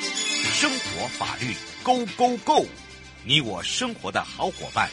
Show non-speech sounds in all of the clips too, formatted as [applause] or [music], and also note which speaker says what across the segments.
Speaker 1: 生活法律 Go Go Go，你我生活的好伙伴，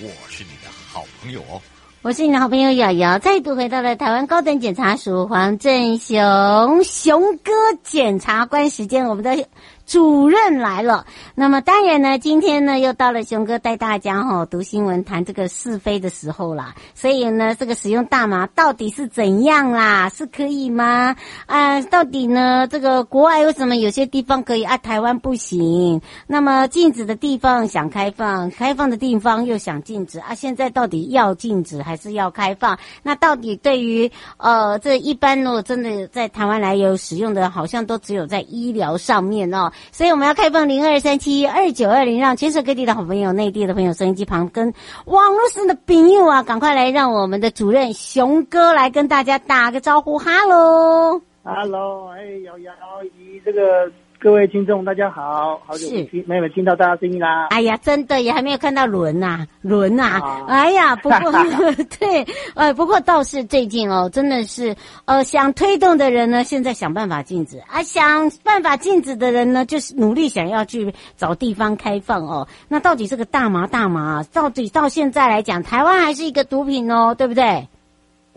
Speaker 1: 我是你的好朋友哦。
Speaker 2: 我是你的好朋友瑶瑶，再度回到了台湾高等检察署黄振雄雄哥检察官时间，我们的主任来了。那么当然呢，今天呢又到了雄哥带大家哈、读新闻、谈这个是非的时候啦。所以呢，这个使用大麻到底是怎样啦？是可以吗？啊、到底呢这个国外为什么有些地方可以啊，台湾不行？那么禁止的地方想开放，开放的地方又想禁止啊。现在到底要禁止还是要开放？那到底对于呃，这一般如果真的在台湾来有使用的，好像都只有在医疗上面哦。所以我们要开放零二三七二九二零，让全省各地的好朋友、内地的朋友、收音机旁跟网络上的朋友啊，赶快来让我们的主任熊哥来跟大家打个招呼，哈喽。
Speaker 3: Hello，哎，瑶瑶姨，这个各位听众大家好，好久
Speaker 2: 是
Speaker 3: 没听没有听到大家声音 [laughs] 啦。
Speaker 2: 哎呀，真的也还没有看到轮呐、轮呐、
Speaker 3: 啊
Speaker 2: 哎呀，不
Speaker 3: [laughs]
Speaker 2: 过 [laughs] 对，呃，不过倒是最近哦，真的是呃，想推动的人呢，现在想办法禁止啊，想办法禁止的人呢，就是努力想要去找地方开放哦。那到底这个大麻大麻，到底到现在来讲，台湾还是一个毒品哦，对不对？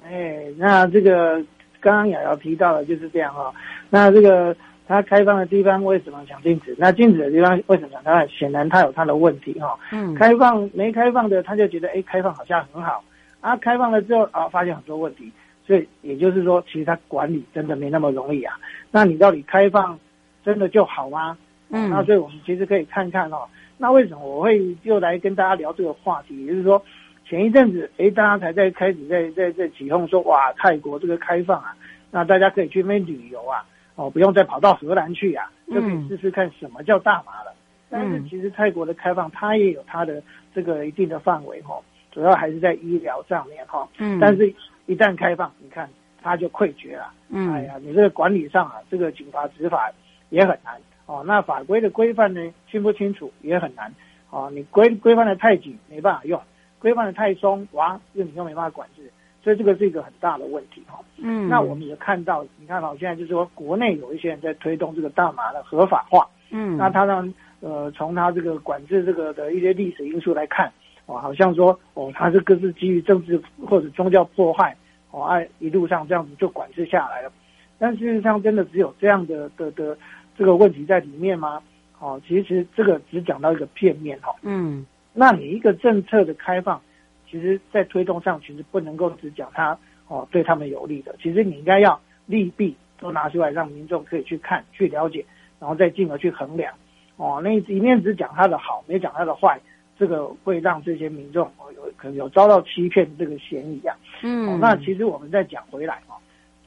Speaker 3: 哎，那这个刚刚瑶瑶提到的就是这样哈、哦。那这个它开放的地方为什么想禁止？那禁止的地方为什么想开放？显然它有它的问题哈、哦。
Speaker 2: 嗯，
Speaker 3: 开放没开放的，他就觉得哎，开放好像很好啊，开放了之后啊，发现很多问题，所以也就是说，其实他管理真的没那么容易啊。那你到底开放真的就好吗？
Speaker 2: 嗯
Speaker 3: 那所以我们其实可以看看哦，那为什么我会又来跟大家聊这个话题？也就是说，前一阵子哎，大家才在开始在在在起哄说哇，泰国这个开放啊，那大家可以去那边旅游啊，哦，不用再跑到荷兰去啊，
Speaker 2: 嗯
Speaker 3: 就可以试试看什么叫大麻了。但是其实泰国的开放，它也有它的这个一定的范围哈、哦，主要还是在医疗上面哈、哦。
Speaker 2: 嗯
Speaker 3: 但是一旦开放，你看它就溃决了。
Speaker 2: 嗯
Speaker 3: 哎呀，你这个管理上啊，这个警察执法也很难哦。那法规的规范呢，清不清楚也很难哦。你规规范的太紧没办法用，规范的太松，哇，又你又没办法管制，所以这个是一个很大的问题哈、哦。
Speaker 2: 嗯，
Speaker 3: 那我们也看到，你看哦，现在就是说国内有一些人在推动这个大麻的合法化。
Speaker 2: 嗯，
Speaker 3: 那他让呃，从他这个管制这个的一些历史因素来看，哦，好像说哦，他这个是基于政治或者宗教迫害，哦，啊，一路上这样子就管制下来了。但事实上，真的只有这样的的的这个问题在里面吗？哦，其实这个只讲到一个片面哦。
Speaker 2: 嗯
Speaker 3: 那你一个政策的开放，其实在推动上其实不能够只讲它哦对他们有利的，其实你应该要利弊都拿出来，让民众可以去看、去了解，然后再进而去衡量。哦，那一面只讲它的好，没讲它的坏，这个会让这些民众哦有可能有遭到欺骗这个嫌疑啊。哦
Speaker 2: 嗯，，
Speaker 3: 那其实我们再讲回来哦，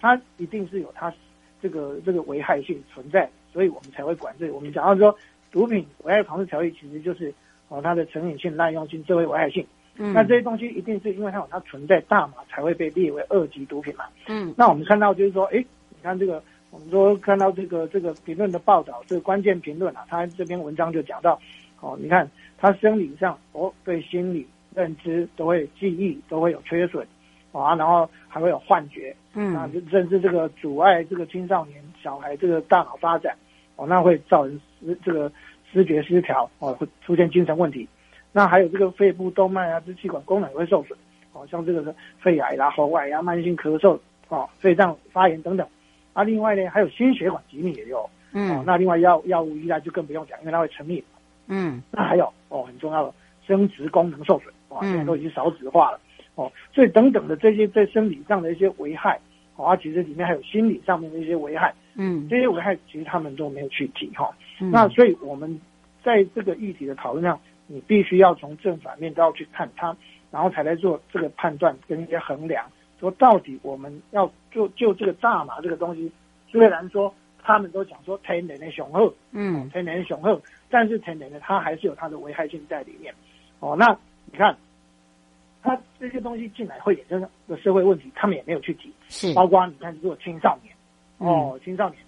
Speaker 3: 它一定是有它这个这个危害性存在，所以我们才会管制。我们讲到说，毒品危害防治条例其实就是哦它的成瘾性、滥用性、社会危害性。
Speaker 2: 嗯
Speaker 3: 那这些东西一定是因为它有它存在大麻才会被列为二级毒品嘛。
Speaker 2: 嗯
Speaker 3: 那我们看到就是说，诶，你看这个，我们说看到这个这个评论的报道，这个关键评论啊，他这篇文章就讲到，哦，你看他生理上哦，对心理认知都会记忆都会有缺损，哦啊，然后还会有幻觉，那
Speaker 2: 嗯
Speaker 3: 甚至这个阻碍这个青少年小孩这个大脑发展，哦，那会造成失这个失觉失调，哦，会出现精神问题。那还有这个肺部动脉啊、支气管功能也会受损，哦，像这个是肺癌啦、喉癌啊、慢性咳嗽、哦、肺脏发炎等等。啊，另外呢，还有心血管疾病也有，哦，
Speaker 2: 嗯
Speaker 3: 那另外药药物依赖就更不用讲，因为它会成瘾。
Speaker 2: 嗯
Speaker 3: 那还有哦，很重要的生殖功能受损，哇，
Speaker 2: 嗯
Speaker 3: 现在都已经少子化了，哦，所以等等的这些在生理上的一些危害，哦，啊、其实里面还有心理上面的一些危害，
Speaker 2: 嗯，
Speaker 3: 这些危害其实他们都没有去提哈、那所以我们在这个议题的讨论上，你必须要从正反面都要去看它，然后才来做这个判断跟一些衡量，说到底我们要就就这个大麻这个东西，虽然说他们都讲说天然的雄厚，
Speaker 2: 嗯
Speaker 3: 成年雄厚，但是成年的它还是有它的危害性在里面。哦，那你看，它这些东西进来会衍生的社会问题，他们也没有去提，
Speaker 2: 是
Speaker 3: 包括你看，如果青少年，哦，青少年，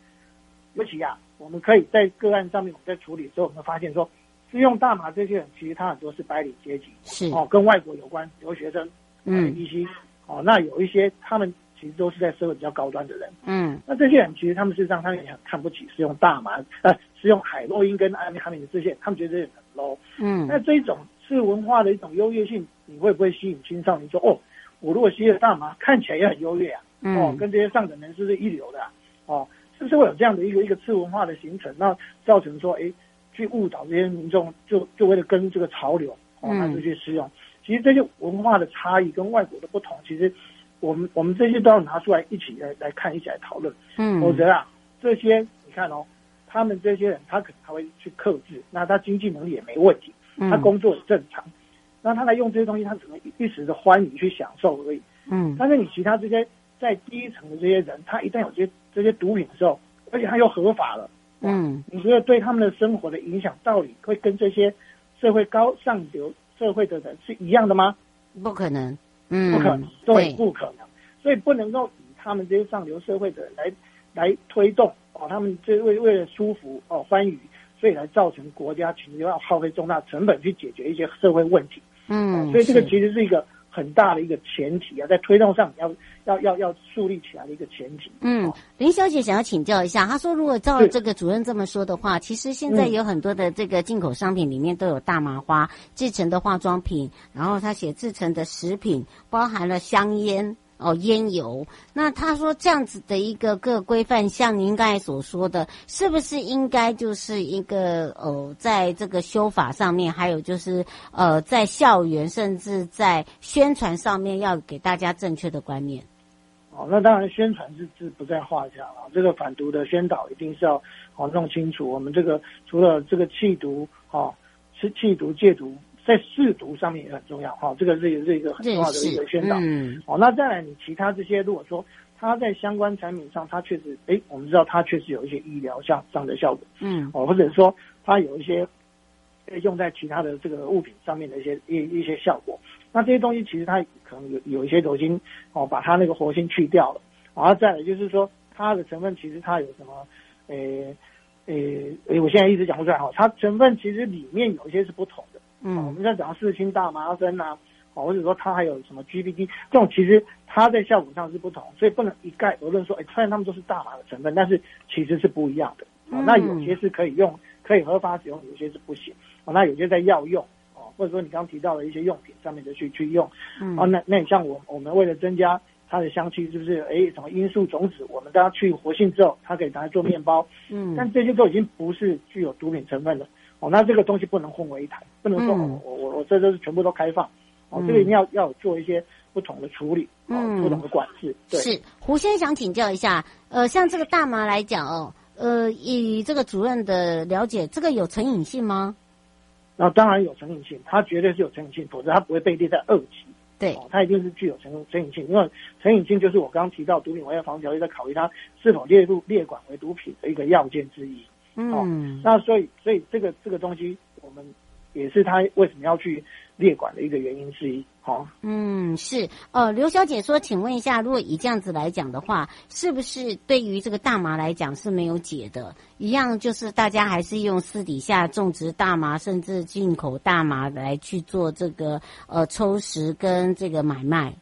Speaker 3: 尤其啊，我们可以在个案上面，我们在处理的时候，我们发现说，使用大麻这些人，其实他很多是白领阶级，
Speaker 2: 是
Speaker 3: 哦，跟外国有关留学生，
Speaker 2: 嗯
Speaker 3: 一些哦，那有一些他们其实都是在社会比较高端的人。
Speaker 2: 嗯
Speaker 3: 那这些人其实他们事实上他们也很看不起是用大麻呃 [laughs] 是用海洛因跟安非他命的这些，他们觉得这些很 low。那
Speaker 2: 嗯，
Speaker 3: 这种是文化的一种优越性，你会不会吸引青少年说哦，我如果吸了大麻，看起来也很优越啊，哦
Speaker 2: 嗯，
Speaker 3: 跟这些上等人士是一流的啊、哦，是不是会有这样的一个一个次文化的形成，那造成说哎，去误导这些民众，就就为了跟这个潮流，哦，
Speaker 2: 嗯
Speaker 3: 他就去使用。其实这些文化的差异跟外国的不同，其实我们我们这些都要拿出来一起来来看，一起来讨论。
Speaker 2: 嗯，
Speaker 3: 否则啊，这些你看哦，他们这些人他可能还会去克制，那他经济能力也没问题，他
Speaker 2: 嗯
Speaker 3: 工作也正常，那他来用这些东西，他只能一一时的欢愉去享受而已。
Speaker 2: 嗯
Speaker 3: 但是你其他这些在低层的这些人，他一旦有这些这些毒品的时候，而且他又合法了，
Speaker 2: 嗯
Speaker 3: 你觉得对他们的生活的影响到底会跟这些社会高上流社会的人是一样的吗？
Speaker 2: 不可能，嗯，
Speaker 3: 不可能，对，
Speaker 2: 对，
Speaker 3: 不可能，所以不能够以他们这些上流社会的人来来推动哦，他们这为为了舒服哦欢愉，所以来造成国家其实要耗费重大成本去解决一些社会问题，哦
Speaker 2: 嗯，
Speaker 3: 所以这个
Speaker 2: 是
Speaker 3: 其实是一个很大的一个前提啊，在推动上要要要要树立起来的一个前提。
Speaker 2: 嗯
Speaker 3: 哦，
Speaker 2: 林小姐想要请教一下，她说如果照
Speaker 3: 是
Speaker 2: 这个主任这么说的话，其实现在
Speaker 3: 嗯
Speaker 2: 有很多的这个进口商品里面都有大麻花制成的化妆品，然后她写制成的食品包含了香烟。哦，烟油。那她说这样子的一个个规范，像您刚才所说的，是不是应该就是一个呃，在这个修法上面，还有就是呃，在校园甚至在宣传上面，要给大家正确的观念。
Speaker 3: 哦，那当然，宣传是是不在话下了。这个反毒的宣导一定是要哦弄清楚。我们这个除了这个弃毒哦，是弃毒戒毒，在试毒上面也很重要哈、哦。这个是也是一个很重
Speaker 2: 认
Speaker 3: 要的一
Speaker 2: 识
Speaker 3: 个，宣导。
Speaker 2: 嗯
Speaker 3: 哦，那再来，你其他这些，如果说它在相关产品上，它确实，诶，我们知道它确实有一些医疗上上的效果
Speaker 2: 嗯
Speaker 3: 哦，或者说它有一些呃用在其他的这个物品上面的一些一一些效果。那这些东西其实它可能有有一些都已经哦把它那个活性去掉了，然后再来就是说它的成分其实它有什么呃呃呃，我现在一直讲不出来哈，它成分其实里面有一些是不同的。哦我
Speaker 2: 嗯
Speaker 3: 们在讲到四氢大麻酚啊，哦，或者说它还有什么 GBD 这种，其实它在效果上是不同，所以不能一概而论说，哎，虽然它们都是大麻的成分，但是其实是不一样的。哦
Speaker 2: 嗯，
Speaker 3: 那有些是可以用，可以合法使用，有些是不行。哦，那有些在药用。哦，或者说你刚刚提到的一些用品上面的去去用，
Speaker 2: 嗯
Speaker 3: 哦，那那你像我我们为了增加它的香气，是不是？哎，什么罂粟种子，我们当它去活性之后，它可以拿来做面包，
Speaker 2: 嗯
Speaker 3: 但这些都已经不是具有毒品成分的哦，那这个东西不能混为一谈，不能说、
Speaker 2: 嗯
Speaker 3: 哦我我我这都是全部都开放哦，这个一定要要有做一些不同的处理哦，
Speaker 2: 嗯
Speaker 3: 不同的管制。对，
Speaker 2: 是胡先生想请教一下，呃，像这个大麻来讲哦，呃，以这个主任的了解，这个有成瘾性吗？
Speaker 3: 然后当然有成瘾性，它绝对是有成瘾性，否则它不会被列在二级
Speaker 2: 对，
Speaker 3: 哦，它一定是具有成成瘾性，因为成瘾性就是我刚刚提到毒品危害防治条例在考虑它是否列入列管为毒品的一个要件之一。
Speaker 2: 嗯
Speaker 3: 那所以，所以这个这个东西，我们也是它为什么要去列管的一个原因之一。好、哦，
Speaker 2: 嗯，是。呃，刘小姐说，请问一下，如果以这样子来讲的话，是不是对于这个大麻来讲是没有解的？一样就是大家还是用私底下种植大麻，甚至进口大麻来去做这个呃抽食跟这个买卖。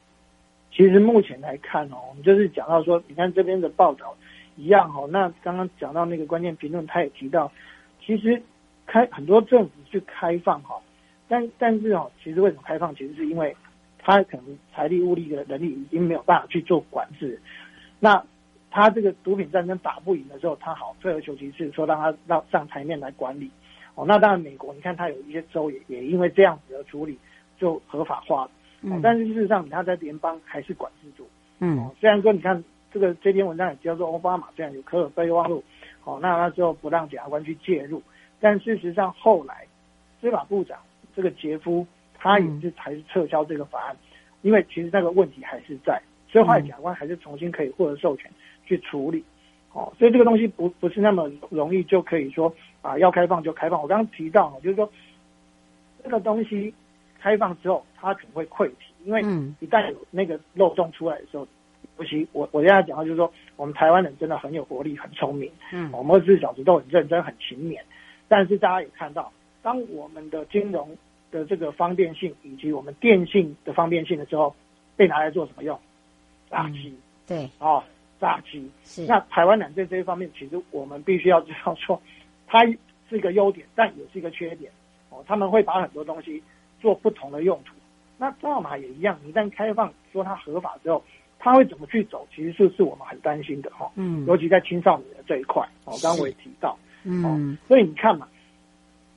Speaker 3: 其实目前来看哦，我们就是讲到说，你看这边的报道一样哦。那刚刚讲到那个关键评论，他也提到，其实开很多政府去开放哈、哦，但但是哦，其实为什么开放？其实是因为他可能财力、物力的能力已经没有办法去做管制。那他这个毒品战争打不赢的时候，他好退而求其次，说让他让上台面来管理。哦，那当然，美国你看它有一些州也也因为这样子的处理就合法化了。哦
Speaker 2: 嗯
Speaker 3: 但是事实上，他在联邦还是管制住。
Speaker 2: 嗯
Speaker 3: 哦，虽然说你看这个这篇文章也叫做奥巴马，虽然有科尔备忘录，哦，那他最后不让检察官去介入，但事实上后来司法部长这个杰夫他也是才是撤销这个法案，因为其实那个问题还是在，所以后来检察官还是重新可以获得授权去处理。哦，所以这个东西不不是那么容易就可以说啊，要开放就开放。我刚刚提到，就是说这个东西开放之后，它可能会溃堤，因为
Speaker 2: 嗯
Speaker 3: 一旦有那个漏洞出来的时候，尤其我我现在讲到就是说，我们台湾人真的很有活力，很聪明，
Speaker 2: 嗯
Speaker 3: 我们二十四小时都很认真，很勤勉。但是大家也看到，当我们的金融的这个方便性以及我们电信的方便性的时候，被拿来做什么用？垃圾，
Speaker 2: 对，
Speaker 3: 哦，诈欺。
Speaker 2: 是，
Speaker 3: 那台湾人在这一方面，其实我们必须要知道说，它是一个优点，但也是一个缺点。哦，他们会把很多东西做不同的用途。那大麻也一样，一旦开放说它合法之后，它会怎么去走，其实是是我们很担心的哈、哦。
Speaker 2: 嗯
Speaker 3: 尤其在青少年的这一块，哦，
Speaker 2: 是
Speaker 3: 刚刚我也提到，
Speaker 2: 嗯，
Speaker 3: 所以你看嘛，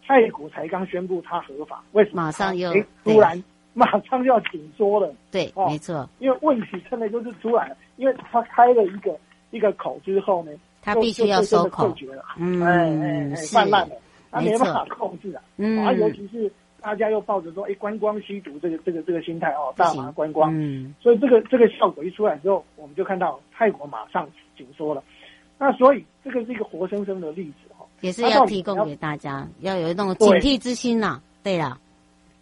Speaker 3: 泰国才刚宣布它合法，为什么
Speaker 2: 马上又
Speaker 3: 哎
Speaker 2: 对
Speaker 3: 突然马上就要紧缩了？
Speaker 2: 对，
Speaker 3: 哦
Speaker 2: 没错，
Speaker 3: 因为问题真的就是出来了，因为他开了一个一个口之后呢，
Speaker 2: 他
Speaker 3: 就
Speaker 2: 必须要收口
Speaker 3: 就就真的了，
Speaker 2: 嗯，
Speaker 3: 哎哎哎，
Speaker 2: 是，
Speaker 3: 泛滥了，他
Speaker 2: 没
Speaker 3: 没
Speaker 2: 错
Speaker 3: 办法控制啊，
Speaker 2: 嗯
Speaker 3: 啊，尤其是大家又抱着说，哎，观光吸毒这个这个这个心态哦，
Speaker 2: 不
Speaker 3: 大
Speaker 2: 行
Speaker 3: 麻观光，
Speaker 2: 嗯，
Speaker 3: 所以这个这个效果一出来之后，我们就看到泰国马上紧缩了，那所以这个是一个活生生的例子哈、哦，
Speaker 2: 也是
Speaker 3: 那
Speaker 2: 要
Speaker 3: 到底
Speaker 2: 提供
Speaker 3: 要
Speaker 2: 给大家，要有那种警
Speaker 3: 对
Speaker 2: 惕之心呐。对了，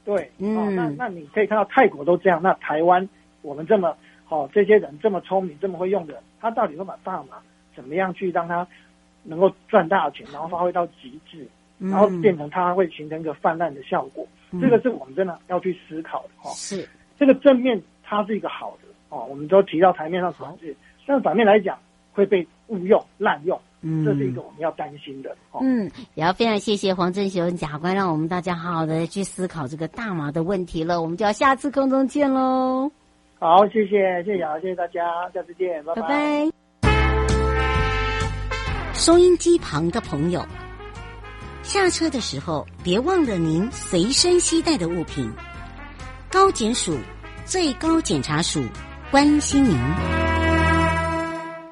Speaker 3: 对，哦
Speaker 2: 嗯，
Speaker 3: 那那你可以看到泰国都这样，那台湾我们这么哦，这些人这么聪明，这么会用的人，他到底会把大麻怎么样去让他能够赚大钱，然后发挥到极致，
Speaker 2: 嗯
Speaker 3: 然后变成它会形成一个泛滥的效果，
Speaker 2: 嗯
Speaker 3: 这个是我们真的要去思考的哦。
Speaker 2: 是
Speaker 3: 这个正面它是一个好的哦，我们都提到台面上管制，但反面来讲会被误用、滥用，
Speaker 2: 嗯，
Speaker 3: 这是一个我们要担心的哦。
Speaker 2: 嗯，也要非常谢谢黄振雄法官，让我们大家好好的去思考这个大麻的问题了。我们就要下次空中见喽，
Speaker 3: 好，谢谢，谢谢瑶，谢谢大家，下次见，
Speaker 2: 拜拜。收音机旁的朋友，下车的时候别忘了您随身携带的物品。高检署、最高检察署关心您。